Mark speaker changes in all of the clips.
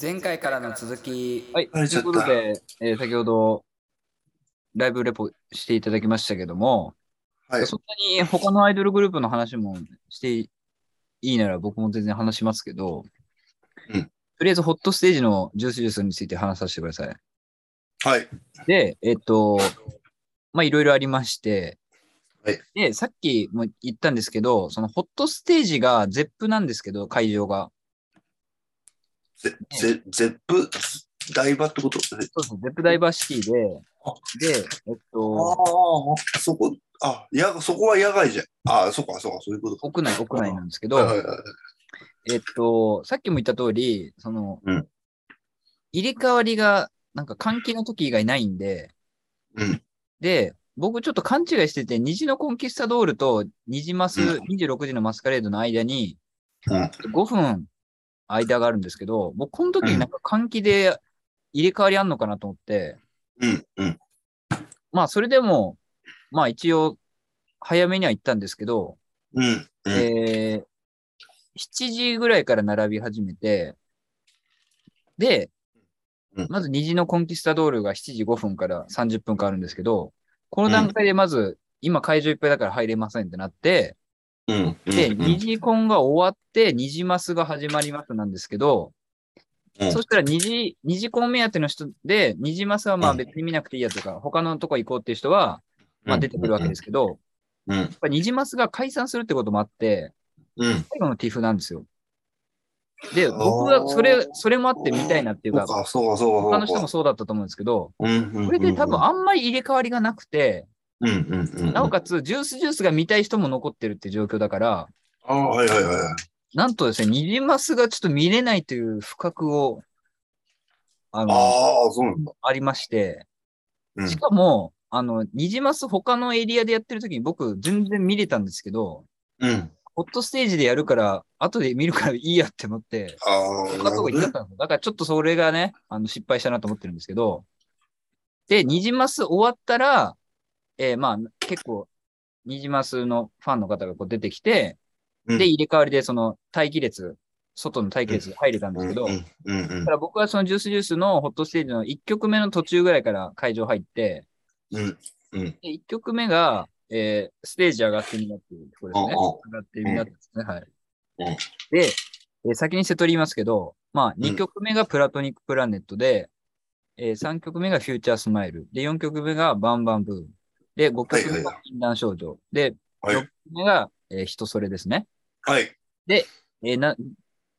Speaker 1: 前回からの続き、
Speaker 2: はい、と
Speaker 3: あれ
Speaker 2: い
Speaker 3: ちょ
Speaker 2: う
Speaker 3: っと
Speaker 2: ことで、えー先ほどライブレポしていただきましたけども、
Speaker 3: はい。
Speaker 2: そんなに他のアイドルグループの話もしていいなら僕も全然話しますけど、
Speaker 3: うん
Speaker 2: とりあえずホットステージのジュースジュースについて話させてください。
Speaker 3: はい。
Speaker 2: で、えっと、まあいろいろありまして、
Speaker 3: はい
Speaker 2: で、さっきも言ったんですけど、そのホットステージが ZEP なんですけど、会場が。
Speaker 3: ぜ、ぜ、ゼップ、台場ってことえ
Speaker 2: そうそう、ZEP ダイバーシティで、で、えっと、
Speaker 3: ああ、そこ、あ、や、そこは野外じゃん。ああ、そっか、そっか、そういうことか。
Speaker 2: 屋内、屋内なんですけど、
Speaker 3: はいはいはい。
Speaker 2: えっと、さっきも言った通り、その、
Speaker 3: うん
Speaker 2: 入れ替わりが、なんか換気の時以外ないんで、
Speaker 3: うん
Speaker 2: で、僕ちょっと勘違いしてて、虹のコンキスタドールと虹マス、
Speaker 3: うん
Speaker 2: 26時のマスカレードの間に、
Speaker 3: うん
Speaker 2: 5分間があるんですけど、僕この時になんか換気で入れ替わりあんのかなと思って、
Speaker 3: うん、うん、
Speaker 2: まあそれでも、まあ一応、早めには行ったんですけど、
Speaker 3: うん、うん。
Speaker 2: えー7時ぐらいから並び始めて、で
Speaker 3: うん、
Speaker 2: まず虹のコンキスタドールが7時5分から30分間あるんですけど、この段階でまず、今会場いっぱいだから入れませんってなって、
Speaker 3: うん、うん。
Speaker 2: で、
Speaker 3: うん
Speaker 2: 虹コンが終わって、虹マスが始まりますなんですけど、
Speaker 3: うん
Speaker 2: そしたら虹、虹コン目当ての人で、虹マスはまあ
Speaker 3: うん
Speaker 2: 別に見なくていいやとか、他のとこ行こうっていう人は、まあ出てくるわけですけど、やっ
Speaker 3: うん、
Speaker 2: ぱ虹マスが解散するってこともあって、
Speaker 3: うん。
Speaker 2: 最後のティフなんですよ。で、
Speaker 3: あー
Speaker 2: 僕はそれ、それもあって見たいなっていう
Speaker 3: そっ
Speaker 2: か、
Speaker 3: か、そうか、そうか。
Speaker 2: 他の人もそうだったと思うんですけど、
Speaker 3: うん、うん。
Speaker 2: これで多分、あんまり入れ替わりがなくて、
Speaker 3: うん、うん、うん。
Speaker 2: なおかつ、ジュースジュースが見たい人も残ってるって状況だから、
Speaker 3: ああ、はいはいはい。
Speaker 2: なんとですね、ニジマスがちょっと見れないという不覚を、あの、あ
Speaker 3: ああ、そうなんだ。
Speaker 2: りまして、
Speaker 3: うん
Speaker 2: しかも、あの、ニジマス他のエリアでやってる時に僕全然見れたんですけど、
Speaker 3: うん。
Speaker 2: ホットステージでやるから、後で見るからいいやって思って、
Speaker 3: ああ、
Speaker 2: 他のと
Speaker 3: なる
Speaker 2: こ
Speaker 3: ほ
Speaker 2: 行
Speaker 3: ど
Speaker 2: っちゃったん
Speaker 3: ね。
Speaker 2: ですよだからちょっとそれがね、あの失敗したなと思ってるんですけど、で、ニジマス終わったら、えーまあ結構、ニジマスのファンの方がこう出てきて、
Speaker 3: うん
Speaker 2: で、入れ替わりでその待機列、外の待機列に入れたんで
Speaker 3: う
Speaker 2: す
Speaker 3: ん
Speaker 2: けど、
Speaker 3: う
Speaker 2: だ
Speaker 3: ん、うん、うん
Speaker 2: から僕はそのジュースジュースのホットステージの1曲目の途中ぐらいから会場入って、
Speaker 3: うん、うん。
Speaker 2: で1曲目が、えーステージ上がってみなっていうところですね。
Speaker 3: ああ
Speaker 2: 上がってみなってですね、はい。
Speaker 3: うん
Speaker 2: で、えー先にセトリ言いますけど、まあ、
Speaker 3: ん
Speaker 2: 2曲目がプラトニックプラネットで、え3曲目がフューチャースマイル、で、4曲目がバンバンブーム、で、5曲
Speaker 3: は
Speaker 2: 目
Speaker 3: いは
Speaker 2: が
Speaker 3: いは
Speaker 2: 禁断症状、で、6
Speaker 3: はい
Speaker 2: 曲目が、えー人それですね。
Speaker 3: はい。
Speaker 2: えーな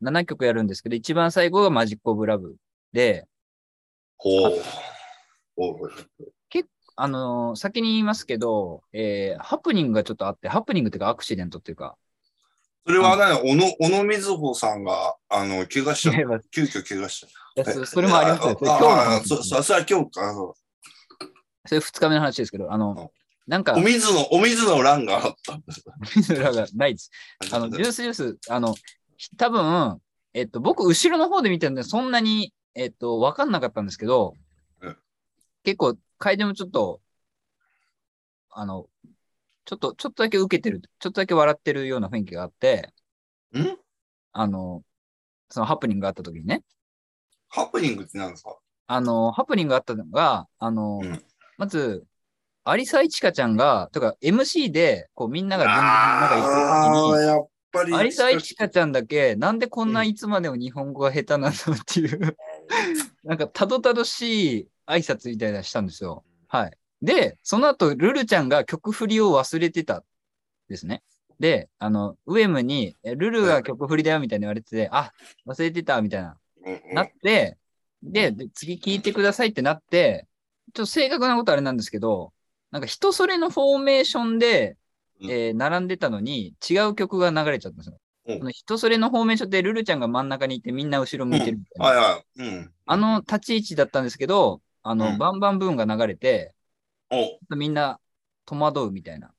Speaker 2: 7曲やるんですけど、一番最後がマジック・オブ・ラブで、
Speaker 3: ほう。ほう。
Speaker 2: あのー先に言いますけど、えーハプニングがちょっとあって、ハプニングっていうかアクシデントっていうか、
Speaker 3: それはね、小野、小野瑞穂さんが、あの、怪我しちゃった。急遽怪我しちゃっ
Speaker 2: いや
Speaker 3: た。
Speaker 2: そそれもありましたよ。それ今日の
Speaker 3: ああ
Speaker 2: 話
Speaker 3: そそそれは今日か。そ
Speaker 2: それ2日目の話ですけど、 あの、なんか
Speaker 3: うお、水の、お水の欄があった。
Speaker 2: 水の裏がないです。あの、ジュ
Speaker 3: う
Speaker 2: ースジュース、あの、ひ多分、えっと、僕、後ろの方で見てるんで、そんなに、えっと、わかんなかったんですけど
Speaker 3: うん、
Speaker 2: 結構、楓もちょっと、あの、ちょっと、ちょっとだけ受けてる、ちょっとだけ笑ってるような雰囲気があって、
Speaker 3: ん
Speaker 2: あの、そのハプニングがあった時にね、
Speaker 3: ハプニングって何ですか
Speaker 2: あの、ハプニングがあったのが、あの、
Speaker 3: うん
Speaker 2: まず、アリサイチカちゃんが、とか MC で、こうみんなが順々になんか言ってる時に
Speaker 3: あー、やっぱり。
Speaker 2: アリサイチカちゃんだけ、なんでこんないつまでも日本語が下手なのっていう、なんかたどたどしい挨拶みたいなのしたんですよ。はい。で、その後、ルルちゃんが曲振りを忘れてたんですね。で、あの、ウエムに、えルルが曲振りだよみたいに言われてて、あ、忘れてたみたいな、
Speaker 3: うんうん
Speaker 2: なって、で、で次聞いてくださいってなって、ちょっと正確なことあれなんですけど、なんか人それのフォーメーションで、
Speaker 3: うん
Speaker 2: えー並んでたのに違う曲が流れちゃったんですよ。
Speaker 3: うん
Speaker 2: その人それのフォーメーションでルルちゃんが真ん中にいてみんな後ろ向いてるみたいな、
Speaker 3: はいはい。うん。
Speaker 2: あの立ち位置だったんですけど、あの、
Speaker 3: うん
Speaker 2: バンバンブーンが流れて、
Speaker 3: お
Speaker 2: みんな戸惑うみたいな。っ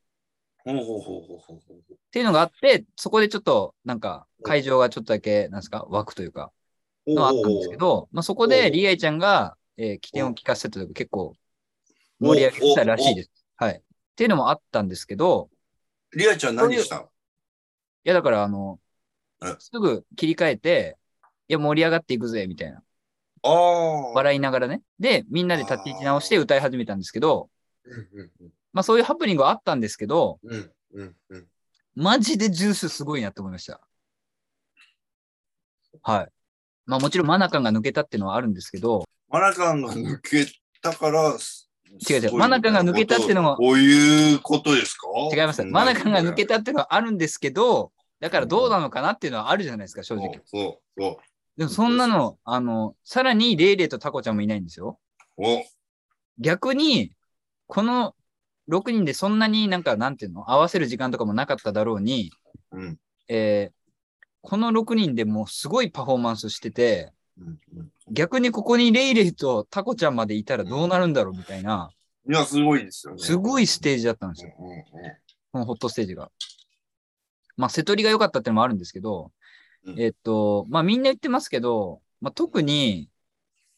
Speaker 3: ほうほうほうほうほうほう。
Speaker 2: ていうのがあって、そこでちょっとなんか会場がちょっとだけ、なんですか、湧くというか、のはあったんですけど、まあ、そこでリアイちゃんが、えー起点を聞かせたというか結構盛り上げてたらしいです。はい。っていうのもあったんですけど、
Speaker 3: リアちゃん何したの
Speaker 2: いやだからあの
Speaker 3: え、
Speaker 2: すぐ切り替えて、いや盛り上がっていくぜ、みたいな。
Speaker 3: ああ。
Speaker 2: 笑いながらね。で、みんなで立ち位置直して歌い始めたんですけど、
Speaker 3: うんうん
Speaker 2: まあそういうハプニングはあったんですけど、
Speaker 3: うんうんうん
Speaker 2: マジでジュースすごいなって思いました。はい。まあもちろんマナカンが抜けたっていうのはあるんですけど、
Speaker 3: マナカンが抜けたから、す
Speaker 2: 違う違うマナカンが抜けたってのも
Speaker 3: こういうことですか
Speaker 2: 違います。マナカンが抜けたっていうのはあるんですけど、だからどうなのかなっていうのはあるじゃないですか、正
Speaker 3: た
Speaker 2: 直。。
Speaker 3: そうそう。
Speaker 2: でもそんなの、あの、さらにレイレイとタコちゃんもいないんですよ。
Speaker 3: お
Speaker 2: 逆に、この6人でそんなになんか、なんていうの、合わせる時間とかもなかっただろうに、
Speaker 3: うん
Speaker 2: えーこの6人でもうすごいパフォーマンスしてて、
Speaker 3: うんうん
Speaker 2: 逆にここにレイレイとタコちゃんまでいたらどうなるんだろうみたいな、
Speaker 3: いや、すごいですよね。
Speaker 2: すごいステージだったんです
Speaker 3: うん
Speaker 2: よ。
Speaker 3: うんうん
Speaker 2: このホットステージが。まあ、瀬戸りが良かったってのもあるんですけど、
Speaker 3: うん
Speaker 2: えっと、まあ、みんな言ってますけど、まあ、特に、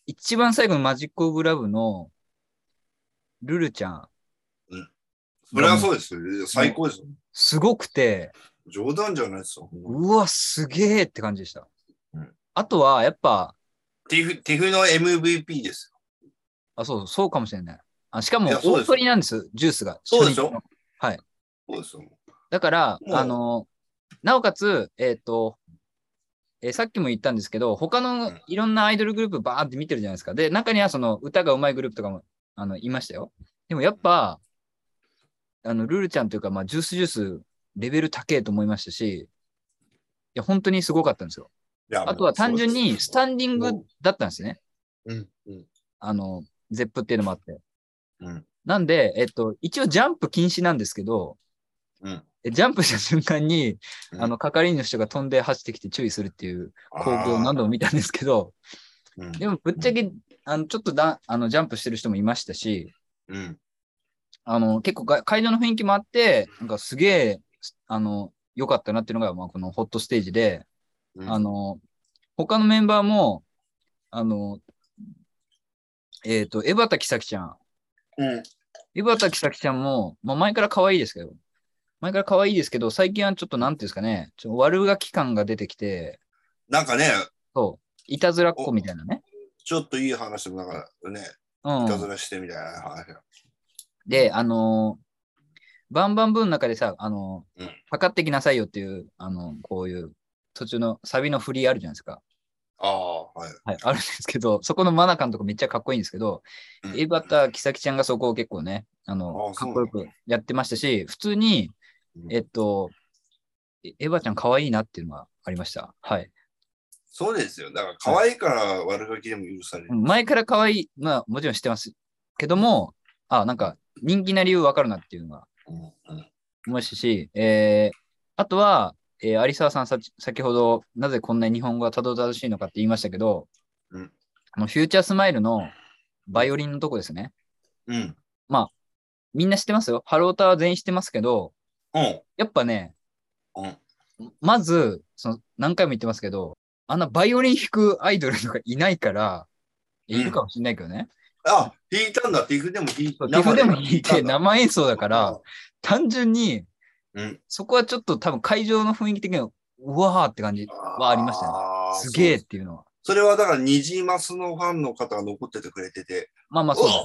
Speaker 2: 一番最後のマジックオブラブの、ルルちゃん、
Speaker 3: それはそうですよ。最高ですよ。
Speaker 2: すごくて、
Speaker 3: 冗談じゃないですよ。
Speaker 2: うわ、すげえって感じでした
Speaker 3: うん。
Speaker 2: あとは、やっぱ、
Speaker 3: ティフ、ティフの MVP ですよ。
Speaker 2: あ、そう、そうかもしれない。あしかも、
Speaker 3: いやそう
Speaker 2: 大
Speaker 3: です
Speaker 2: 鳥なんです、ジュースが。
Speaker 3: そうでし
Speaker 2: 初
Speaker 3: ょ
Speaker 2: 日の
Speaker 3: そうですよ。
Speaker 2: だから、
Speaker 3: もう
Speaker 2: あの、なおかつ、えっ、と、えーさっきも言ったんですけど、他
Speaker 3: う
Speaker 2: の
Speaker 3: ん
Speaker 2: いろんなアイドルグループバーって見てるじゃないですか。で、中にはその歌が上手いグループとかもあのいましたよ。でもやっぱ、あの、ルルちゃんというか、まあ、ジュースジュース、レベル高えと思いましたし、いや、本当にすごかったんですよ。
Speaker 3: いや
Speaker 2: あとは単純にスタンディング
Speaker 3: も
Speaker 2: だったんですね。
Speaker 3: うんうん
Speaker 2: あの、ゼップっていうのもあって。
Speaker 3: うん
Speaker 2: なんで、えっと、一応ジャンプ禁止なんですけど、
Speaker 3: うん
Speaker 2: えジャンプした瞬間に、
Speaker 3: うん
Speaker 2: あの、係員の人が飛んで走ってきて注意するっていう行動を何度も見たんですけど、
Speaker 3: うん
Speaker 2: でもぶっちゃけ、あの、ちょっとだあのジャンプしてる人もいましたし、
Speaker 3: うん
Speaker 2: あの、結構が会場の雰囲気もあって、なんかすげえ、あの、良かったなっていうのが、まあ、このホットステージで、
Speaker 3: うん
Speaker 2: あの、他のメンバーも、あの、えっ、と、江端咲ちゃん、
Speaker 3: うん
Speaker 2: 江端咲ちゃんも、まあ、前から可愛いですけど、前から可愛いですけど、最近はちょっとなんていうんですかね、ちょっと悪ガキ感が出てきて、
Speaker 3: なんかね、
Speaker 2: そう、いたずらっ子みたいなね。
Speaker 3: ちょっといい話でもなんかね、
Speaker 2: う
Speaker 3: いたず
Speaker 2: ん、
Speaker 3: らしてみたいな話が。
Speaker 2: で、あのーバンバンブーの中でさ、あのー
Speaker 3: うん
Speaker 2: 測ってきなさいよっていう、あのこういう、途中のサビの振りあるじゃないですか。
Speaker 3: ああ、はい。
Speaker 2: はい、あるんですけど、そこのマナカンとかめっちゃかっこいいんですけど、
Speaker 3: うん
Speaker 2: エバタ、キサキちゃんがそこを結構ね、あの
Speaker 3: あ、
Speaker 2: か
Speaker 3: そ
Speaker 2: っ
Speaker 3: う
Speaker 2: こ
Speaker 3: な
Speaker 2: よ
Speaker 3: んだ
Speaker 2: くやってましたし、普通に
Speaker 3: う、ん
Speaker 2: えっと、えエヴァちゃん可愛いなっていうのがありました。はい。
Speaker 3: そうですよ。だから可愛いから悪ガキでも許される。
Speaker 2: 前から可愛い、まあもちろん知ってますけども、あ、なんか人気な理由わかるなっていうのが
Speaker 3: うんうん
Speaker 2: 思いましたし、えー、あとは、えー有沢さんさ先ほど、なぜこんなに日本語がたどたどしいのかって言いましたけど、
Speaker 3: うん
Speaker 2: あのフューチャースマイルのバイオリンのとこですね。
Speaker 3: うん。
Speaker 2: みんな知ってますよ。ハロータは全員知ってますけど、
Speaker 3: うん。
Speaker 2: やっぱね、
Speaker 3: うん
Speaker 2: まず、その何回も言ってますけど、あんなバイオリン弾くアイドルとかいないから、
Speaker 3: うん
Speaker 2: いるかもしれないけどね。
Speaker 3: あ、弾いたんだ。ティフでも弾い
Speaker 2: そう
Speaker 3: た。
Speaker 2: 岐阜でも弾いて
Speaker 3: 生で弾
Speaker 2: 生演奏だ
Speaker 3: いた
Speaker 2: か
Speaker 3: んだ
Speaker 2: ら、。単純に、
Speaker 3: うん
Speaker 2: そこはちょっと多分会場の雰囲気的には、うわーって感じはありましたね。
Speaker 3: あー
Speaker 2: すげえっていうのは。
Speaker 3: それはだから、ニジマスのファンの方が残っててくれてて、
Speaker 2: まあまあそうですね。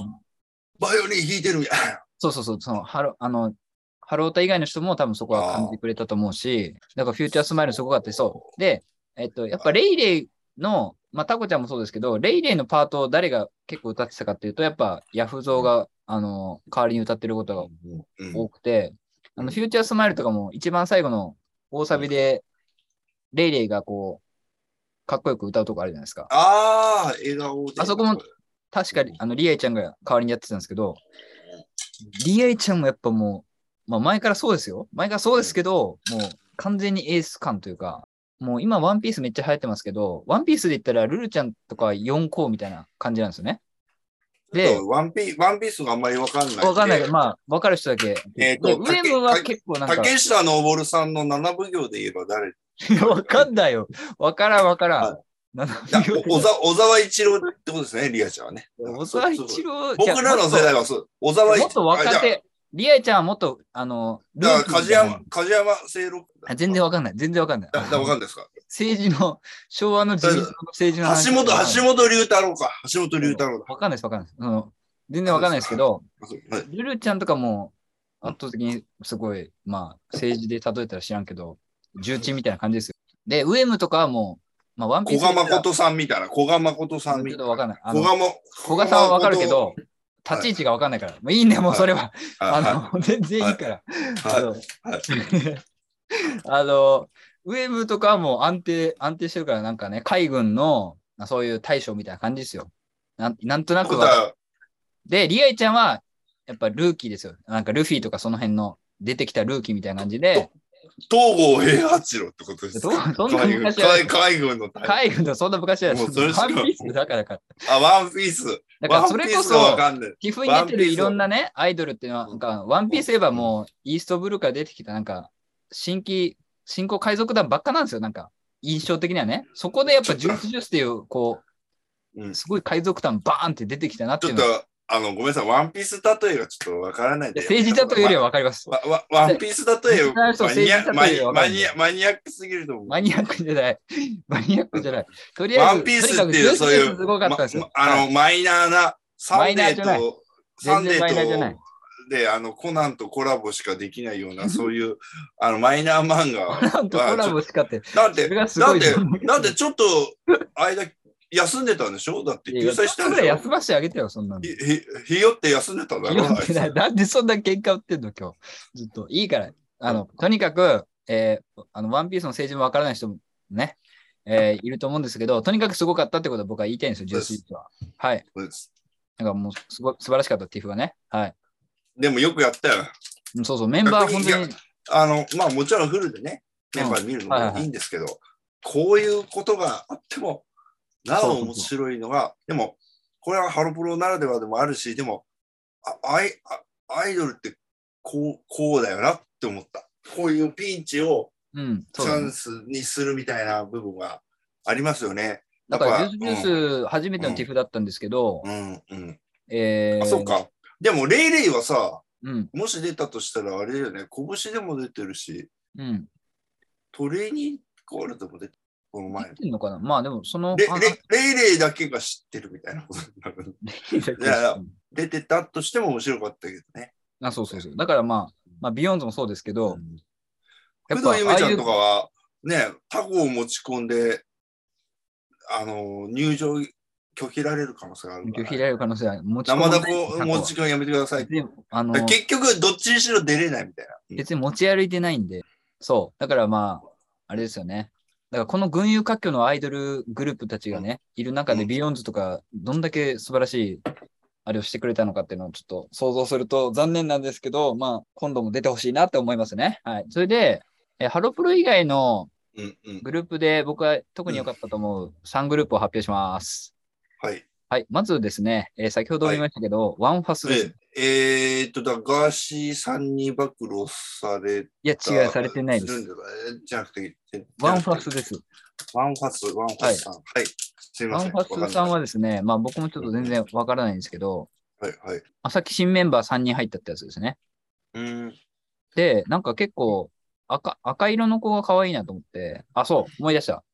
Speaker 3: バイオリン弾いてるみたい
Speaker 2: そうそうそう、そのハロあのハロータ以外の人も多分そこは感じてくれたと思うし、だからフューチャースマイルすごかったし、そう。で、えっと、やっぱレイレイの、まあ、タコちゃんもそうですけど、レイレイのパートを誰が結構歌ってたかっていうと、やっぱヤフゾーが、あの、代わりに歌ってることが
Speaker 3: な。うん
Speaker 2: 多くて、あの、フューチャースマイルとかも一番最後の大サビで、レイレイがこう、かっこよく歌うとこあるじゃないですか。
Speaker 3: ああ、笑顔で。
Speaker 2: あそこも確かに、あの、リエイちゃんが代わりにやってたんですけど、リエイちゃんもやっぱもう、まあ前からそうですよ。前からそうですけど、もう完全にエース感というか、もう今ワンピースめっちゃ流行ってますけど、ワンピースで言ったらルルちゃんとか4校みたいな感じなんですよね。で
Speaker 3: で、、ワンピワンピースがあんまりわかんない。
Speaker 2: わかんないけど、
Speaker 3: ま
Speaker 2: まあわかる人だけ。
Speaker 3: え
Speaker 2: で、
Speaker 3: ー
Speaker 2: ウェ
Speaker 3: と
Speaker 2: ムは結構なんか、
Speaker 3: 竹下登さんの七奉行で言えば誰
Speaker 2: わかんないよ。わからんわからん
Speaker 3: は。
Speaker 2: なん
Speaker 3: だ
Speaker 2: だ
Speaker 3: お小沢小沢一郎ってことですね、リアちゃんはね。
Speaker 2: 小沢一郎
Speaker 3: 僕らの世代
Speaker 2: は
Speaker 3: はそう。小沢一
Speaker 2: もっと若
Speaker 3: あじゃ
Speaker 2: 手、リアイちゃんはもっと、あの、ルー
Speaker 3: だか
Speaker 2: キー
Speaker 3: ら梶
Speaker 2: じゃない
Speaker 3: 山、梶山清六。
Speaker 2: あ全然わかんない。全然わかんない。
Speaker 3: だだわかんないですか
Speaker 2: 政治の、昭和の自民党の政治の話
Speaker 3: 橋本、橋本龍太郎か。橋本龍太郎だ。
Speaker 2: わかんないです、わかんないです。その全然わかんないですけど、
Speaker 3: あそうはい
Speaker 2: ルルちゃんとかも圧倒的にすごい、まあ、政治で例えたら知らんけど、重鎮みたいな感じですよ。で、ウエムとかはもう、まあ、ワンピー
Speaker 3: 古
Speaker 2: ス
Speaker 3: 賀
Speaker 2: で言ったら。
Speaker 3: 誠さんみたいな。古賀誠さん
Speaker 2: ち
Speaker 3: み
Speaker 2: ょった
Speaker 3: い
Speaker 2: とわ
Speaker 3: な。
Speaker 2: かんない。あ
Speaker 3: 古
Speaker 2: の
Speaker 3: 賀も。
Speaker 2: 古賀さんはわかるけど、
Speaker 3: はい
Speaker 2: 立ち位置がわかんないから。もういいね、もうそれは。
Speaker 3: はい、はい
Speaker 2: あの、全然いいから。あの、
Speaker 3: はい
Speaker 2: あのウェブとかはもう安定、安定してるから、なんかね、海軍の、まあそういう大将みたいな感じですよ。なんなんとなく
Speaker 3: こ
Speaker 2: は
Speaker 3: と。は
Speaker 2: で、リアイちゃんは、やっぱルーキーですよ。なんかルフィとかその辺の出てきたルーキーみたいな感じで、
Speaker 3: 東郷平八郎ってことです
Speaker 2: ど
Speaker 3: か
Speaker 2: うそんな
Speaker 3: 海軍
Speaker 2: 昔は
Speaker 3: 海海軍の隊
Speaker 2: 海軍のそんな昔は、
Speaker 3: もうそれし
Speaker 2: ワ
Speaker 3: か
Speaker 2: ンピースだからか。
Speaker 3: あ、ワンピース。
Speaker 2: だか
Speaker 3: ワ
Speaker 2: ら
Speaker 3: ン
Speaker 2: そ
Speaker 3: ピ
Speaker 2: れ
Speaker 3: ー
Speaker 2: こ
Speaker 3: スがわ
Speaker 2: そ、
Speaker 3: かんない。
Speaker 2: 寄付に出てるいろんなね、アイドルっていうのは、なんか、ワンピース言えばもう、イーストブルーから出てきた、なんか、新規、新興海賊団ばっかなんですよ、なんか、印象的にはね。そこでやっぱ、ジュースジュースっていう、こ
Speaker 3: う
Speaker 2: う、
Speaker 3: ん
Speaker 2: すごい海賊団バーンって出てきたなって
Speaker 3: ち
Speaker 2: い
Speaker 3: ょ
Speaker 2: う
Speaker 3: っ
Speaker 2: のは。
Speaker 3: と、あの、ごめんなさい。ワンピース例えがちょっとわからないん
Speaker 2: い
Speaker 3: で。
Speaker 2: や政治だというよりはわかります。
Speaker 3: わわワンピース例えよ
Speaker 2: 実際そう
Speaker 3: マニアマ
Speaker 2: 政治例え
Speaker 3: ニ
Speaker 2: よ
Speaker 3: アマニアマニアックすぎると思う。
Speaker 2: マニアックじゃない。 マニアックじゃない。とりあえ
Speaker 3: ワ
Speaker 2: ず、
Speaker 3: ンピース
Speaker 2: と
Speaker 3: っ
Speaker 2: に
Speaker 3: て
Speaker 2: かくジュ
Speaker 3: い
Speaker 2: ー
Speaker 3: う
Speaker 2: ス
Speaker 3: そう
Speaker 2: ジ
Speaker 3: い
Speaker 2: ュー
Speaker 3: う、
Speaker 2: スすごかったん
Speaker 3: ま
Speaker 2: ですよ。
Speaker 3: あ
Speaker 2: はい
Speaker 3: の、マイナーな、サンデ
Speaker 2: マイナーじゃ
Speaker 3: ー
Speaker 2: ない
Speaker 3: と、サン
Speaker 2: 全
Speaker 3: デ
Speaker 2: 然マイナーじゃな
Speaker 3: ー
Speaker 2: い
Speaker 3: と、で、あの、コナンとコラボしかできない ような、そういう、あの、マイナー漫画は。
Speaker 2: なんとコラボしかって。
Speaker 3: だっ
Speaker 2: そ
Speaker 3: て
Speaker 2: れ、がす
Speaker 3: だ
Speaker 2: ご
Speaker 3: っ
Speaker 2: いです。
Speaker 3: て、だってちょっと、間、休んでたんでしょだって、
Speaker 2: いや
Speaker 3: 救済したん
Speaker 2: ぐ
Speaker 3: で
Speaker 2: らい
Speaker 3: しょ
Speaker 2: 休ませてあげてよ、そんなの。
Speaker 3: ひ、ひ、ひよって休んでたんだろ
Speaker 2: 言って ない。なんでそんな喧嘩売ってんの、今日。ずっと。いいから。あの、とにかく、えーあの、ワンピースの政治もわからない人もね、えーいると思うんですけど、とにかくすごかったってことを僕は言いたいんですよ、ジュースジュースは。はい。
Speaker 3: そうです
Speaker 2: なんかもう、すごい、素晴らしかった、ティフがね。はい。
Speaker 3: でもよくやったよ。
Speaker 2: うんそうそう、メンバー本当に。
Speaker 3: あの、まあもちろんフルでね、
Speaker 2: うん
Speaker 3: メンバー見るの
Speaker 2: はいはい
Speaker 3: もいいんですけど、こういうことがあっても、なお面白いのが、でも、これはハロプロならではでもあるし、でも、あアイあアイドルってこう、こうだよなって思った。こういうピンチを
Speaker 2: うん、そ
Speaker 3: チ
Speaker 2: うだ
Speaker 3: ャ
Speaker 2: ね
Speaker 3: ンスにするみたいな部分がありますよね。
Speaker 2: だから、
Speaker 3: やっ
Speaker 2: ジ
Speaker 3: ぱ
Speaker 2: ュースジュース、初めてのティフだったんですけど、
Speaker 3: うん、うん。
Speaker 2: えー、
Speaker 3: あ、そっ。か。でも、レイレイはさ、
Speaker 2: うん、
Speaker 3: もし出たとしたら、あれだよね、拳でも出てるし、
Speaker 2: うん。
Speaker 3: トレーニングコールでも出てこの前
Speaker 2: 言っ。てんのかなまあでも、その、
Speaker 3: レ
Speaker 2: あ
Speaker 3: レレイレイだけが知ってるみたいなことになる。 いやいや出てたとしても面白かったけどね。
Speaker 2: あ、そうそうそう。だからまあ、まあ、ビヨンズもそうですけど、やっぱ
Speaker 3: 工藤ゆめち
Speaker 2: ああ
Speaker 3: ゃ
Speaker 2: い
Speaker 3: ん
Speaker 2: う
Speaker 3: とかは、ね、タコを持ち込んで、あの、入場拒否られる可能性があるか
Speaker 2: 拒
Speaker 3: ら
Speaker 2: 否られる可能性は持ち込ま
Speaker 3: 生
Speaker 2: な
Speaker 3: ダ
Speaker 2: い
Speaker 3: コを持ち込みやめてください。
Speaker 2: であの
Speaker 3: だから結局、どっちにしろ出れないみたいな。
Speaker 2: 別に持ち歩いてないんで、そう。だからまあ、あれですよね。だからこの群雄割拠のアイドルグループたちがね、いる中で
Speaker 3: うん
Speaker 2: ビヨンズとか、どんだけ素晴らしい、あれをしてくれたのかっていうのをちょっと想像すると残念なんですけど、まあ、今度も出てほしいなって思いますね。はい。それで、えハロプロ以外の
Speaker 3: うんうん。
Speaker 2: グループで僕は特に良かったと思う3グループを発表します。
Speaker 3: はい。
Speaker 2: はい。まずですね、えー先ほども言いましたけど、ワンファスです。
Speaker 3: ええーっと、だからガーシーさんに暴露され
Speaker 2: いや、
Speaker 3: た。
Speaker 2: 違いされてないで
Speaker 3: るん
Speaker 2: す。
Speaker 3: だよねじゃなくて、
Speaker 2: ワンファスです。
Speaker 3: ワンファス、ワンファスさん。はい。すい
Speaker 2: ワ
Speaker 3: ませ
Speaker 2: ン
Speaker 3: ん。
Speaker 2: ファスさん
Speaker 3: わ
Speaker 2: はですね、まあ僕もちょっと全然わからないんですけど、
Speaker 3: かんない。はい、はい。
Speaker 2: あさっき新メンバー3人入ったってやつですね。
Speaker 3: うーん。
Speaker 2: で、なんか結構赤赤色の子が可愛いなと思って、あ、そう、思い出した。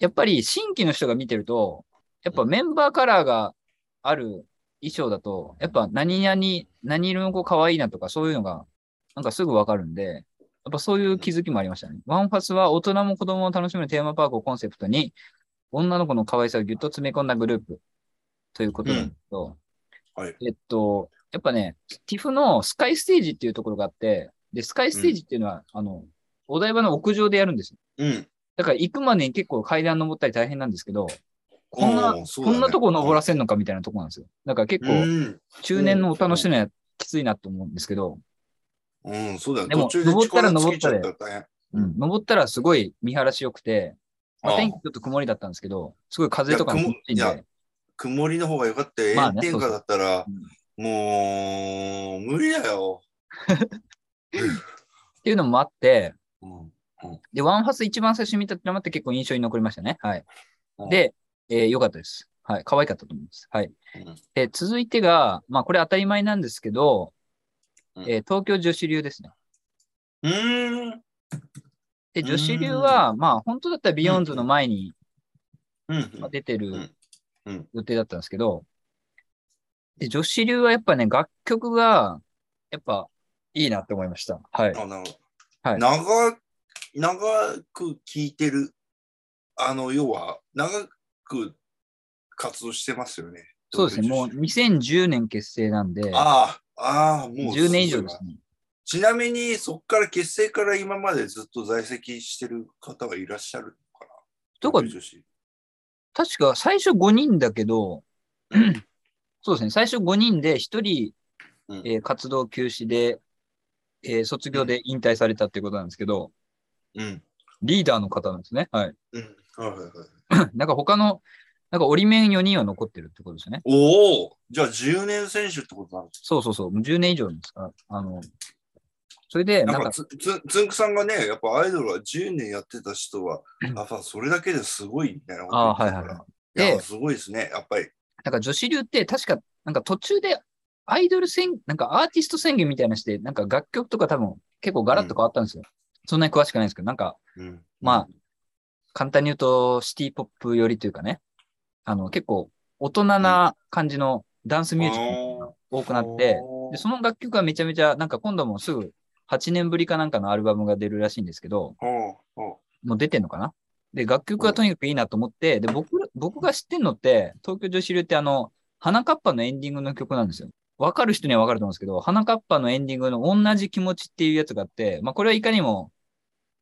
Speaker 2: やっぱり新規の人が見てると、やっぱメンバーカラーがある衣装だと、やっぱ何々、何色の子可愛いなとかそういうのが、なんかすぐわかるんで、やっぱそういう気づきもありましたね。ワンファスは大人も子供も楽しめるテーマパークをコンセプトに、女の子の可愛さをぎゅっと詰め込んだグループということなんですけど、
Speaker 3: うんはい
Speaker 2: えっと、やっぱね、ティフのスカイステージっていうところがあって、で、スカイステージっていうのは、あの、お台場の屋上でやるんですよ。
Speaker 3: うん。
Speaker 2: だから行くまでに結構階段登ったり大変なんですけど、こんな、
Speaker 3: おーそうだ
Speaker 2: こ
Speaker 3: ね
Speaker 2: んなとこ登らせんのかみたいなとこなんですよ。だから結構、
Speaker 3: うん。
Speaker 2: 中年のお楽しみはきついなと思うんですけど、
Speaker 3: うん、そうだよ。
Speaker 2: でも
Speaker 3: 途中で
Speaker 2: 登ったら
Speaker 3: 力尽
Speaker 2: 登っ
Speaker 3: きち
Speaker 2: た
Speaker 3: ゃ
Speaker 2: で
Speaker 3: ったら大変。
Speaker 2: うん登ったらすごい見晴らし良くて、まあ
Speaker 3: ああ
Speaker 2: 天気ちょっと曇りだったんですけど、すごい風とかも気持ちいいん
Speaker 3: いや
Speaker 2: で、
Speaker 3: 曇りの方が良かったよ。
Speaker 2: まあ
Speaker 3: 炎
Speaker 2: ね
Speaker 3: 天下だったら
Speaker 2: そう、
Speaker 3: もう、無理だよ。
Speaker 2: っていうのもあって、
Speaker 3: うん
Speaker 2: で、ワンファス一番最初に見たドラマって結構印象に残りましたね。はい
Speaker 3: うん。
Speaker 2: で、えー、良かったです。はい。可愛かったと思います。はい
Speaker 3: うん。
Speaker 2: で、続いてが、まあこれ当たり前なんですけど、
Speaker 3: うん
Speaker 2: えー東京女子流ですね。
Speaker 3: うーん。
Speaker 2: で、
Speaker 3: うん
Speaker 2: 女子流は、まあ、本当だったらビヨンズの前に
Speaker 3: うん
Speaker 2: まあ出てる
Speaker 3: うん
Speaker 2: 予定だったんですけど、で女子流はやっぱね、楽曲が、やっぱ、いいなって思いました。はい。
Speaker 3: あなるほど。
Speaker 2: はい
Speaker 3: 長長く聴いてる、あの、要は、長く活動してますよね。
Speaker 2: そうですね。もう2010年結成なんで、
Speaker 3: ああ、ああ、もう。
Speaker 2: 10年以上ですね。
Speaker 3: ちなみに、そこから結成から今までずっと在籍してる方はいらっしゃるのかな
Speaker 2: とか
Speaker 3: 同級 女子
Speaker 2: 確か最初5人だけど、そうですね。最初5人で1人、
Speaker 3: うん
Speaker 2: えー活動休止で、えー卒業で引退されたってことなんですけど、
Speaker 3: うん。
Speaker 2: リーダーの方なんですね。はい。
Speaker 3: うん。はいはいはい。
Speaker 2: なんか他の、なんか折り面4人は残ってるってことですよね。
Speaker 3: おおじゃあ10年選手ってことなの
Speaker 2: そうそうそう。もう10年以上ですから。あの、それで、
Speaker 3: な
Speaker 2: なんん
Speaker 3: か
Speaker 2: か、
Speaker 3: つつつんくさんがね、やっぱアイドルは10年やってた人は、やっぱそれだけですごいみたいなこと言ってたから
Speaker 2: あーはいはい
Speaker 3: いや
Speaker 2: です
Speaker 3: ごいですね、やっぱり。
Speaker 2: なんか女子流って確か、なんか途中でアイドル宣、なんかアーティスト宣言みたいなして、なんか楽曲とか多分結構ガラッと変わったんですよ。そんなに詳しくないんですけど、なんか
Speaker 3: うん
Speaker 2: まあ、簡単に言うとシティポップ寄りというかね、あの結構大人な感じのダンスミュージックが多くなって、で、その楽曲がめちゃめちゃ、なんか今度もすぐ8年ぶりかなんかのアルバムが出るらしいんですけど、
Speaker 3: の、うんうん
Speaker 2: もう出てんのかなで、楽曲はとにかくいいなと思って、で、僕ら、僕が知ってんのって、東京女子流ってあの、花かっぱのエンディングの曲なんですよ。わかる人にはわかると思うんですけど、花かっぱのエンディングの同じ気持ちっていうやつがあって、まあこれはいかにも、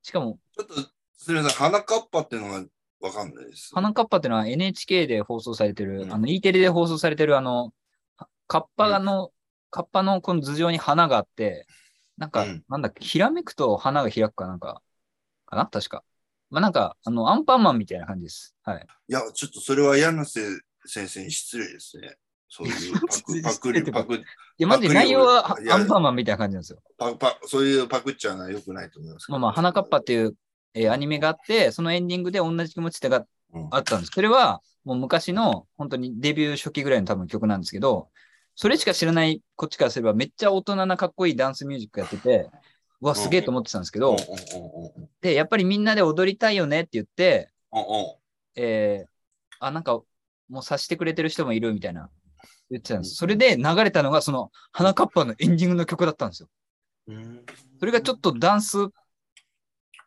Speaker 2: しかも、
Speaker 3: ちょっと、すみません、花かっぱっていうのがわかんないです。
Speaker 2: 花かっぱっていうのは NHK で放送されてる、
Speaker 3: うん
Speaker 2: あの、E テレで放送されてるあの、カッパの、カッパのこの頭上に花があって、なんか、
Speaker 3: うん
Speaker 2: なんだっけ、ひらめくと花が開くかなんか、かな確か。まあなんか、あの、アンパンマンみたいな感じです。はい。
Speaker 3: いや、ちょっとそれは柳瀬先生に失礼ですね。そういう パクパクリ
Speaker 2: 失礼
Speaker 3: パク
Speaker 2: いや、マジで
Speaker 3: パク
Speaker 2: 内
Speaker 3: リ
Speaker 2: 容は
Speaker 3: 俺いや
Speaker 2: アンパンマンみたいな感じなんですよ。
Speaker 3: パパそういうパクっちゃうのは良くないと思いますけ
Speaker 2: まあ
Speaker 3: ど。
Speaker 2: まあ、花かっぱっていう、えーアニメがあって、そのエンディングで同じ気持ちってが
Speaker 3: うん
Speaker 2: あったんです。それは、もう昔の、本当にデビュー初期ぐらいの多分曲なんですけど、それしか知らないこっちからすればめっちゃ大人なかっこいいダンスミュージックやってて、うわ、すげえと思ってたんですけど、
Speaker 3: うんうんうんうん
Speaker 2: で、やっぱりみんなで踊りたいよねって言って、
Speaker 3: うんうん
Speaker 2: えーあ、なんか、もう察してくれてる人もいるみたいな言ってたんです。それで流れたのが、その、花かっぱのエンディングの曲だったんですよ。
Speaker 3: うん
Speaker 2: それがちょっとダンス、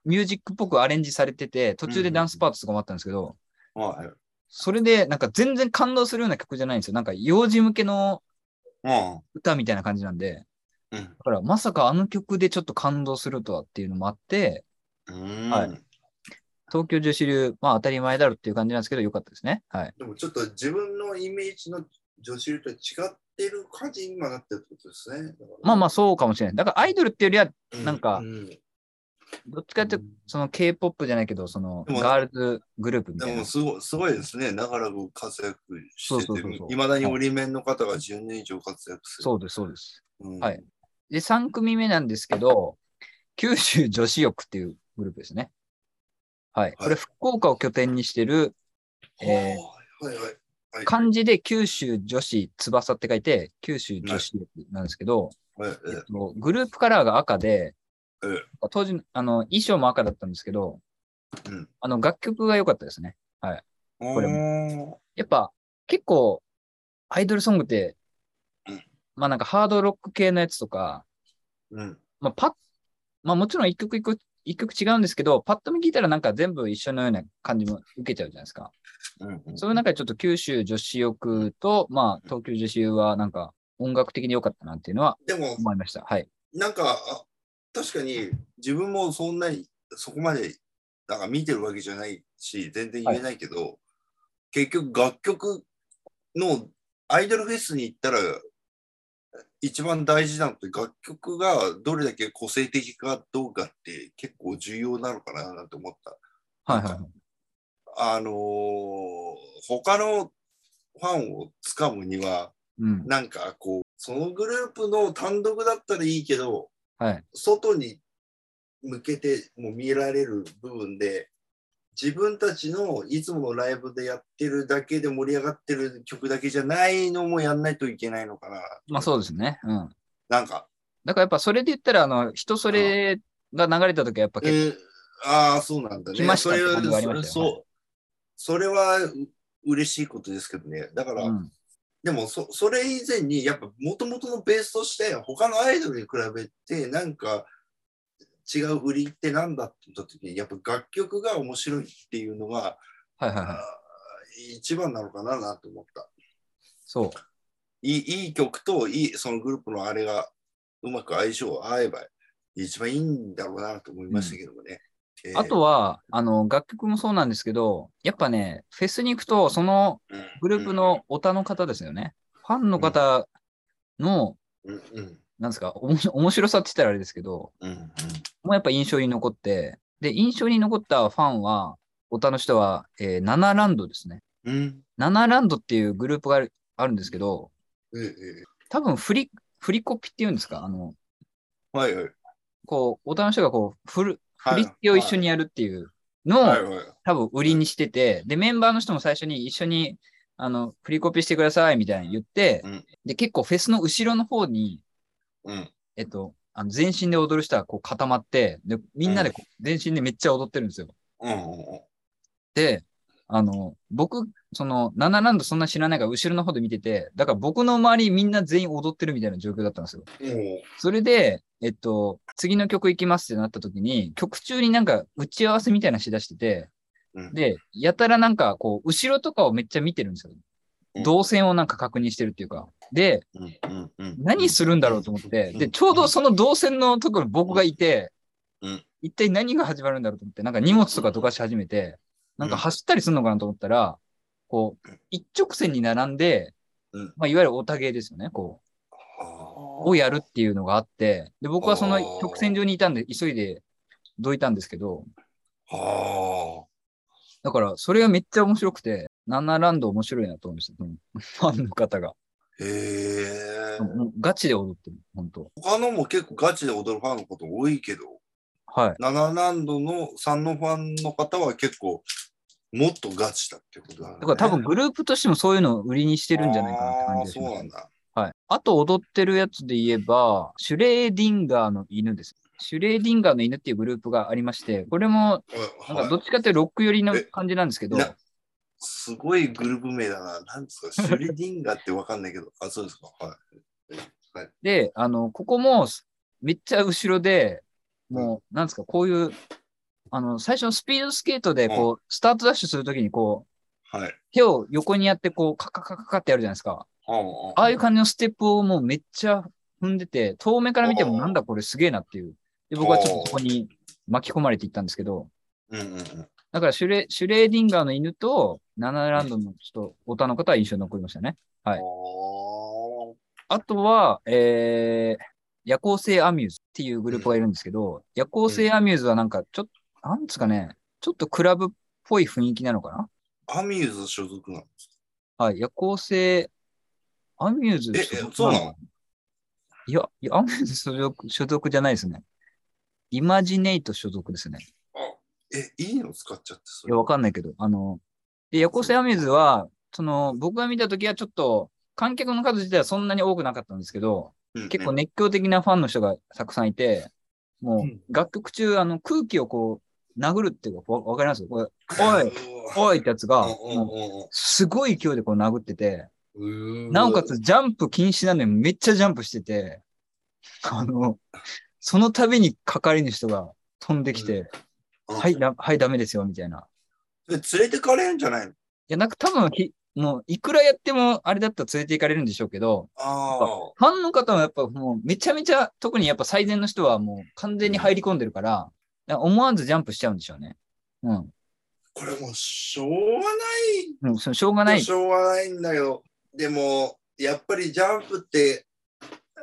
Speaker 2: ミュージックっぽくアレンジされてて、途中でダンスパートとかもあったんですけど、
Speaker 3: はい
Speaker 2: それでなんか全然感動するような曲じゃないんですよ。なんか幼児向けの
Speaker 3: うん
Speaker 2: 歌みたいな感じなんで、
Speaker 3: うん
Speaker 2: だからまさかあの曲でちょっと感動するとはっていうのもあって、
Speaker 3: うん
Speaker 2: はい東京女子流、まあ当たり前だろっていう感じなんですけど、よかったですね。はい。
Speaker 3: でもちょっと自分のイメージの女子流とは違ってる感じに今なってるってことですね。
Speaker 2: まあま
Speaker 3: あ、
Speaker 2: あそうかもしれない。だからアイドルっていうよりは、なんか
Speaker 3: う
Speaker 2: どっちかっていうと、その K-POP じゃないけど、その
Speaker 3: でも
Speaker 2: ガールズグループみ
Speaker 3: で
Speaker 2: たいな
Speaker 3: も。すごいすごいですね。長らく活躍
Speaker 2: そう
Speaker 3: して
Speaker 2: そう
Speaker 3: て
Speaker 2: そうそう、
Speaker 3: いまだに折り面の方が10年以上活躍する。
Speaker 2: そうです、そうです。
Speaker 3: うん
Speaker 2: はい。で、3組目なんですけど、九州女子欲っていうグループですね。はい。これ、福岡を拠点にしてる、えー
Speaker 3: ーはいはい。
Speaker 2: 漢字で九州女子翼って書いて、九州女子力なんですけど、
Speaker 3: はい
Speaker 2: えっとグループカラーが赤で
Speaker 3: ええ、
Speaker 2: 当時、あの、衣装も赤だったんですけど
Speaker 3: うん、
Speaker 2: あの、楽曲が良かったですね。
Speaker 3: えー
Speaker 2: これ
Speaker 3: も。
Speaker 2: やっぱ、結構、アイドルソングって
Speaker 3: うん、
Speaker 2: まあなんかハードロック系のやつとか、
Speaker 3: うん。
Speaker 2: まあ、パッ、まあもちろん一曲一曲、一曲違うんですけど、パッと見聞いたらなんか全部一緒のような感じも受けちゃうじゃないですか。
Speaker 3: うんうん
Speaker 2: そういう中でちょっと九州女子欲と、まあ東京女子優はなんか音楽的に良かったなっていうのは
Speaker 3: でも、
Speaker 2: 思いました。はい。
Speaker 3: なんか、あ確かに自分もそんなに、そこまで、なんか見てるわけじゃないし、全然言えないけど、結局楽曲のアイドルフェスに行ったら、一番大事なのって楽曲がどれだけ個性的かどうかって結構重要なのかななんて思った。
Speaker 2: はいはいはい。
Speaker 3: あのー他のファンをつかむには、
Speaker 2: うん。
Speaker 3: なんかこう、そのグループの単独だったらいいけど、
Speaker 2: はい。
Speaker 3: 外に向けてもう見られる部分で、自分たちのいつものライブでやってるだけで盛り上がってる曲だけじゃないのもやんないといけないのかな。
Speaker 2: まあそうですね。うん。
Speaker 3: なんか、
Speaker 2: だからやっぱそれで言ったら、あの、人それが流れた時はやっぱ
Speaker 3: え
Speaker 2: 結構、
Speaker 3: ーああ、そうなんだね。
Speaker 2: 来ましたっ
Speaker 3: そ
Speaker 2: て
Speaker 3: れは
Speaker 2: 感じはあり
Speaker 3: そ
Speaker 2: ま
Speaker 3: れ
Speaker 2: したよ
Speaker 3: そうそれはう嬉しいことですけどね。だから、
Speaker 2: うん
Speaker 3: でもそ、それ以前に、やっぱ、もともとのベースとして、他のアイドルに比べて、なんか、違う売りってなんだって言った時に、やっぱ楽曲が面白いっていうのが、
Speaker 2: はいはいはい。
Speaker 3: あー一番なのかななと思った。
Speaker 2: そう。
Speaker 3: いいいい曲といいそのグループのあれがうまく相性が合えば一番いいんだろうなと思いましたけどもね。えー
Speaker 2: あとは、あの、楽曲もそうなんですけど、やっぱね、フェスに行くと、そのグループ、のオタの方ですよね。ファンの方の、
Speaker 3: うんうんうん
Speaker 2: なんですか、おもし 面白さって言ったらあれですけど、
Speaker 3: うんうん
Speaker 2: もうやっぱ印象に残って、で、印象に残ったファンは、オタの人は、えー、ナナランドですね。
Speaker 3: うん
Speaker 2: ナナランドっていうグループがあるあるんですけど、
Speaker 3: ええ
Speaker 2: 多分フリ、フリコピっていうんですかあの、
Speaker 3: はいはい。
Speaker 2: こう、オタの人がこう、振る、
Speaker 3: はい
Speaker 2: 振り付けを一緒にやるっていうのを、
Speaker 3: はいはい。
Speaker 2: 多分売りにしてて、で、メンバーの人も最初に一緒に、あの、振りコピしてくださいみたいに言って、
Speaker 3: うん
Speaker 2: で、結構フェスの後ろの方に、
Speaker 3: うん
Speaker 2: えっと、あの全身で踊る人はこう固まって、で、みんなでこう全身でめっちゃ踊ってるんですよ。
Speaker 3: うんうん
Speaker 2: で、あの、僕、その、ナナランドそんな知らないから後ろの方で見てて、だから僕の周りみんな全員踊ってるみたいな状況だったんですよ。
Speaker 3: うんも
Speaker 2: それで、えっと、次の曲行きますってなった時に、曲中になんか打ち合わせみたいなのしだしてて、
Speaker 3: うん
Speaker 2: で、やたらなんかこう、後ろとかをめっちゃ見てるんですよ
Speaker 3: う。ん
Speaker 2: 動線をなんか確認してるっていうか。で、
Speaker 3: ううんうんうん
Speaker 2: 何するんだろうと思って、で、ちょうどその動線のところに僕がいて
Speaker 3: うん、
Speaker 2: 一体何が始まるんだろうと思って、なんか荷物とかどかし始めて、なんか走ったりするのかなと思ったら、こう、一直線に並んで
Speaker 3: うん、
Speaker 2: まあ、いわゆるオタゲーですよね、こう。をやるっていうのがあって、で、僕はその直線上にいたんで、急いでどいたんですけど、
Speaker 3: あー
Speaker 2: だから、それがめっちゃ面白くて、ナナランド面白いなと思いました。うんファンの方が。
Speaker 3: へえ。
Speaker 2: もうガチで踊ってる、本当
Speaker 3: 他のも結構ガチで踊るファンのこと多いけど、
Speaker 2: はい。
Speaker 3: ナナランドの3のファンの方は結構もっとガチだってことだ、ね。
Speaker 2: だから多分グループとしてもそういうのを売りにしてるんじゃないかなって感じがし
Speaker 3: あ
Speaker 2: ま
Speaker 3: あ
Speaker 2: す
Speaker 3: そうなんだ。
Speaker 2: はい。あと踊ってるやつで言えば、シュレーディンガーの犬です。シュレーディンガーの犬っていうグループがありまして、これも、
Speaker 3: は
Speaker 2: ないんかどっちかっていうとロック寄りの感じなんですけど、
Speaker 3: えなすごいグループ名だな。なんですか、シュレディンガーってわかんないけ ど。あ、そうですか。はい。
Speaker 2: で、あの、ここもすめっちゃ後ろで、もう、なんですか、こういう、あの、最初のスピードスケートで、こう、スタートダッシュするときに、こう、
Speaker 3: はい。
Speaker 2: 手を横にやって、こう、カカカカカってやるじゃないですか。ああいう感じのステップをもうめっちゃ踏んでて、遠目から見ても
Speaker 3: おー
Speaker 2: なんだこれすげえなっていう。で、僕はちょっとそこに巻き込まれていったんですけど、
Speaker 3: うんうんうん。
Speaker 2: だからシュレ、シュレーディンガーの犬と、ナナランドのちょっと、オタの方は印象に残りましたね。はい
Speaker 3: お
Speaker 2: あとは、えー、夜行性アミューズっていうグループがいるんですけど、夜行性アミューズはなんか、ちょっと、なんですかね、ちょっとクラブっぽい雰囲気なのかな
Speaker 3: ーアミューズ所属なの
Speaker 2: はい、夜行性、アミューズ
Speaker 3: え、え
Speaker 2: 所属
Speaker 3: そうな
Speaker 2: の
Speaker 3: の
Speaker 2: いや、いやアミューズ所属所属じゃないですね。イマジネイト所属ですね。
Speaker 3: え、いいの使っちゃってそ
Speaker 2: いや、わかんないけど、あの、で、夜行性アミューズは、その、僕が見たときはちょっと、観客の数自体はそんなに多くなかったんですけど、
Speaker 3: うん
Speaker 2: 結構。熱狂的なファンの人がたくさんいて、も
Speaker 3: うん
Speaker 2: う楽曲中、あの空気をこう、殴るっていうか、わわかりますこれ、おい、
Speaker 3: い
Speaker 2: おいってやつが、もう
Speaker 3: お
Speaker 2: すごい勢いでこう殴ってて、
Speaker 3: い
Speaker 2: なおかつジャンプ禁止なのにめっちゃジャンプしてて、あの、その度に係の人が飛んできて、は
Speaker 3: はい
Speaker 2: い、。だはい、ダメですよ、みたいな。
Speaker 3: え連れてかれるんじゃないの
Speaker 2: いや、なんか多分ひ、もう、いくらやっても、あれだったら連れて行かれるんでしょうけど、
Speaker 3: ああ。
Speaker 2: ファンの方はやっぱもうめちゃめちゃ、特にやっぱ最善の人はもう完全に入り込んでるから、思わずジャンプしちゃうんでしょうね。うん。
Speaker 3: これもうしょうがない
Speaker 2: うん、そのしょうがない。
Speaker 3: しょうがないんだけど、でも、やっぱりジャンプって、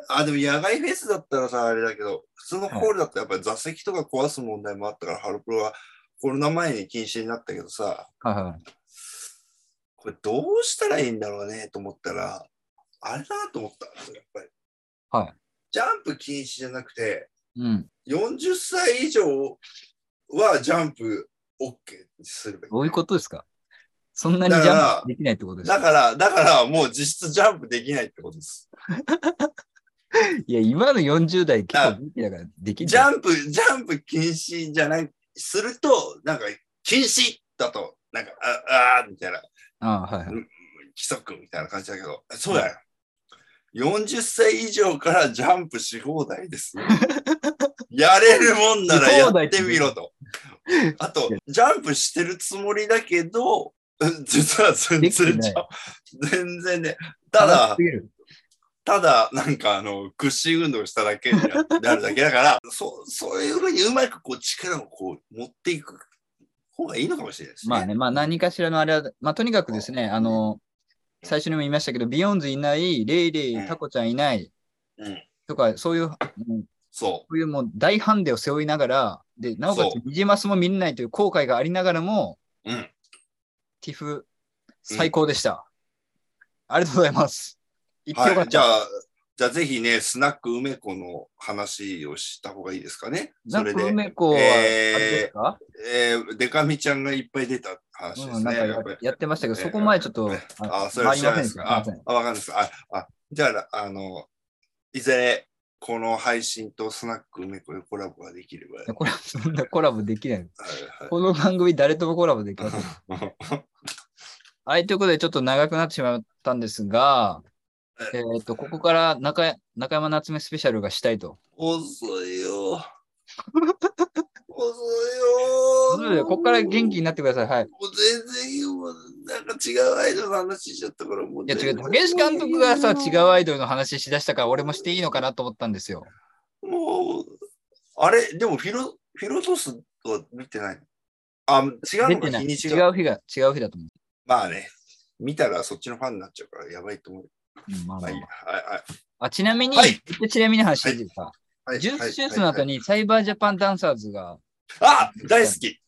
Speaker 3: あ、でも野外フェスだったらさ、あれだけど、普通のホールだとやっぱり座席とか壊す問題もあったから、ハロプロはコロナ前に禁止になったけどさ、
Speaker 2: はいはい。
Speaker 3: これどうしたらいいんだろうねと思ったら、あれだなと思った、やっぱり。
Speaker 2: はい
Speaker 3: ジャンプ禁止じゃなくて、
Speaker 2: うん。
Speaker 3: 40歳以上はジャンプ OK にするべき
Speaker 2: どういうことですかそんなにジ
Speaker 3: だか
Speaker 2: ャン
Speaker 3: ら
Speaker 2: プできないってことです
Speaker 3: だ
Speaker 2: か
Speaker 3: から、だからもう実質ジャンプできないってことです。
Speaker 2: いや、今の40代結構元気だからできん
Speaker 3: ジ
Speaker 2: じゃ
Speaker 3: ャ
Speaker 2: ん。
Speaker 3: ンプ、ジャンプ禁止じゃない、すると、なんか、禁止だと、なんか、ああーみたいな、
Speaker 2: ああ、はいはい。
Speaker 3: 規則みたいな感じだけど、そうやよ。40歳以上からジャンプし放 題です。やれるもんならやってみろと。あと、ジャンプしてるつもりだけど、実は全
Speaker 2: できて
Speaker 3: 然
Speaker 2: ない
Speaker 3: ちゃう。全然ね。ただ
Speaker 2: 楽しす、ぎる
Speaker 3: ただ、なんかあの、屈伸運動しただけになるだけだから、そう、そういうふうにうまくこう力をこう持っていく方がいいのかもしれないですね。
Speaker 2: まあね、まあ何かしらのあれは、まあとにかくですね、あの、最初にも言いましたけど、ビヨンズいない、レイレ
Speaker 3: うん
Speaker 2: イ、タコちゃんいない
Speaker 3: うん、
Speaker 2: とか、そういう、うん
Speaker 3: そ
Speaker 2: そういうもう大ハンデを背負いながら、で、なおかつ
Speaker 3: そ
Speaker 2: ニジマスも見れないという後悔がありながらも、
Speaker 3: う。うん。
Speaker 2: ティフ、最高でした。ありがとうございます。行ってよか
Speaker 3: は
Speaker 2: っ
Speaker 3: い。じ
Speaker 2: た。
Speaker 3: ゃあ、じゃあぜひね、スナック梅子の話をした方がいいですかね。
Speaker 2: ザ
Speaker 3: それ
Speaker 2: ック・
Speaker 3: で、
Speaker 2: 梅子は、あ
Speaker 3: えー
Speaker 2: れですか、
Speaker 3: えー、デカミちゃんがいっぱい出た話で
Speaker 2: う
Speaker 3: す
Speaker 2: ん、なん
Speaker 3: ね。
Speaker 2: か
Speaker 3: や
Speaker 2: や
Speaker 3: っぱり
Speaker 2: やってましたけど、
Speaker 3: えー
Speaker 2: そこ前ちょっと、
Speaker 3: あ、それは
Speaker 2: 回
Speaker 3: 知
Speaker 2: りま
Speaker 3: ら
Speaker 2: せ
Speaker 3: ない
Speaker 2: ん
Speaker 3: で
Speaker 2: ですしたすい
Speaker 3: か。
Speaker 2: ま
Speaker 3: あ
Speaker 2: せん、
Speaker 3: あわかんないです。あ、あじゃあ、あの、いずれ、この配信とスナック梅子でコラボができれば。はい
Speaker 2: いやコラボ、 そんなコラボできない。
Speaker 3: はい
Speaker 2: この番組誰ともコラボできません。はい、ということでちょっと長くなってしまったんですが、えっ、と、ここから中や中山夏目スペシャルがしたいと。
Speaker 3: 遅 いよ。
Speaker 2: というこ
Speaker 3: 遅い
Speaker 2: とで
Speaker 3: よ。
Speaker 2: ここから元気に
Speaker 3: も
Speaker 2: なってください。はい。
Speaker 3: う全然いいよ。もうなんか違うアイドルの話しちゃったから、もう
Speaker 2: いや
Speaker 3: 全
Speaker 2: 違
Speaker 3: 然
Speaker 2: う、竹内監督がさ、違うア
Speaker 3: イ
Speaker 2: イドルの話しだしたから、俺もしていいのかなと思ったんですよ。
Speaker 3: ドル。もう、あれ、でもフィロ、フィロソスは見てないのあ、違う
Speaker 2: 出
Speaker 3: の
Speaker 2: て
Speaker 3: か、
Speaker 2: な
Speaker 3: 日
Speaker 2: い。
Speaker 3: に
Speaker 2: 違
Speaker 3: ちが。
Speaker 2: う日が、違う日だと思
Speaker 3: まあね、見たらそっちのファンになっちゃうから、やばいと思う。
Speaker 2: う。うんまあま
Speaker 3: は
Speaker 2: あ
Speaker 3: い
Speaker 2: まあ、
Speaker 3: は
Speaker 2: あちなみに、
Speaker 3: はい
Speaker 2: ちなみに話していいですか、
Speaker 3: い。
Speaker 2: ジュースジュースの後にサイバージャパンダンサーズが、
Speaker 3: あ大好き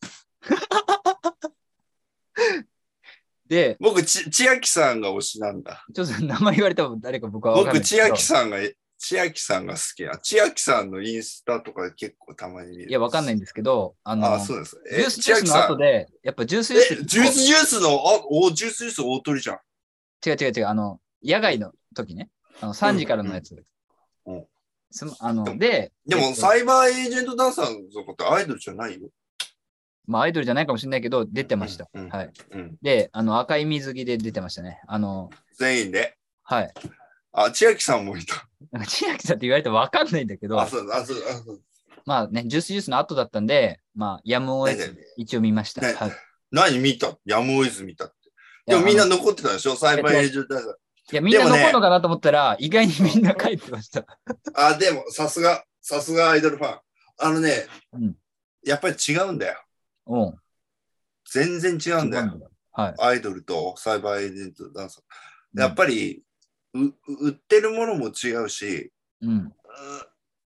Speaker 2: で、
Speaker 3: 僕ち、千秋さんが推しなんだ。
Speaker 2: ちょっと名前言われたら誰か僕は分かんない
Speaker 3: 僕、
Speaker 2: です
Speaker 3: 千
Speaker 2: けど。
Speaker 3: 秋さんが、千秋さんが好きな。千秋さんのインスタとか結構たまに見る。
Speaker 2: いや、わかんないんですけど、あの、
Speaker 3: ああ、そうです。
Speaker 2: ジュースジュースの後
Speaker 3: ん。
Speaker 2: で、やっぱジュースジュー
Speaker 3: え
Speaker 2: ス、
Speaker 3: ジュースジュースの、あ、お、ジュースジュース大鳥じゃん。
Speaker 2: 違う違う違う、あの、野外の時ね、あの3時からのやつ。
Speaker 3: うんうん
Speaker 2: すまあので、えっ
Speaker 3: でも、
Speaker 2: と
Speaker 3: サイバーエージェントダンサーの子ってアイドルじゃないよ。
Speaker 2: まあ、アイドルじゃないかもしれないけど、出てました。
Speaker 3: うんうん
Speaker 2: はい。
Speaker 3: うん。
Speaker 2: で、あの、赤い水着で出てましたね。あの、
Speaker 3: 全員で。
Speaker 2: はい。
Speaker 3: あ、千秋さんもいた。
Speaker 2: なんか千秋さんって言われてわかんないんだけど
Speaker 3: あ、、そう、あ、そう、あ、そう。
Speaker 2: まあね、ジュースジュースの後だったんで、まあ、やむを得
Speaker 3: ね
Speaker 2: ず、一応見ました。
Speaker 3: ね
Speaker 2: はい。
Speaker 3: 何見たやむを得ず見たって。でもみんな
Speaker 2: あの
Speaker 3: 残ってたでしょサイバーエージェントダンサー。
Speaker 2: いや、みんな
Speaker 3: でもね
Speaker 2: 残るのかなと思ったら、意外にみんな帰ってま した。
Speaker 3: あ、でも、さすが、さすがアイドルファン。あのね、
Speaker 2: うん
Speaker 3: やっぱり違うんだよ。
Speaker 2: うん。
Speaker 3: 全然違うんだよ。
Speaker 2: はい。
Speaker 3: アイドルとサイバーエージェントダンサー。やっぱり、う売ってるものも違うし、
Speaker 2: うん。
Speaker 3: うー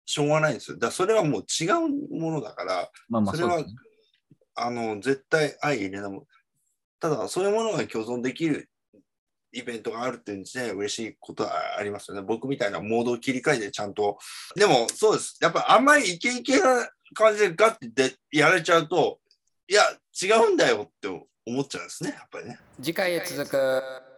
Speaker 3: しょうがないんですよ。だからそれはもう違うものだから、
Speaker 2: まあまあ、
Speaker 3: そ
Speaker 2: そ
Speaker 3: れ
Speaker 2: うで
Speaker 3: は、
Speaker 2: すね。
Speaker 3: あの、絶対相入れないもん。ただ、そういうものが共存できるイベントがあるっていうの自体は嬉しいことはありますよね。僕みたいなモードを切り替えてちゃんと。でも、そうです。やっぱあんまりイケイケな感じでガッてでやられちゃうと、いや、違うんだよって思っちゃうんですね、やっぱりね。
Speaker 1: 次回へ続く。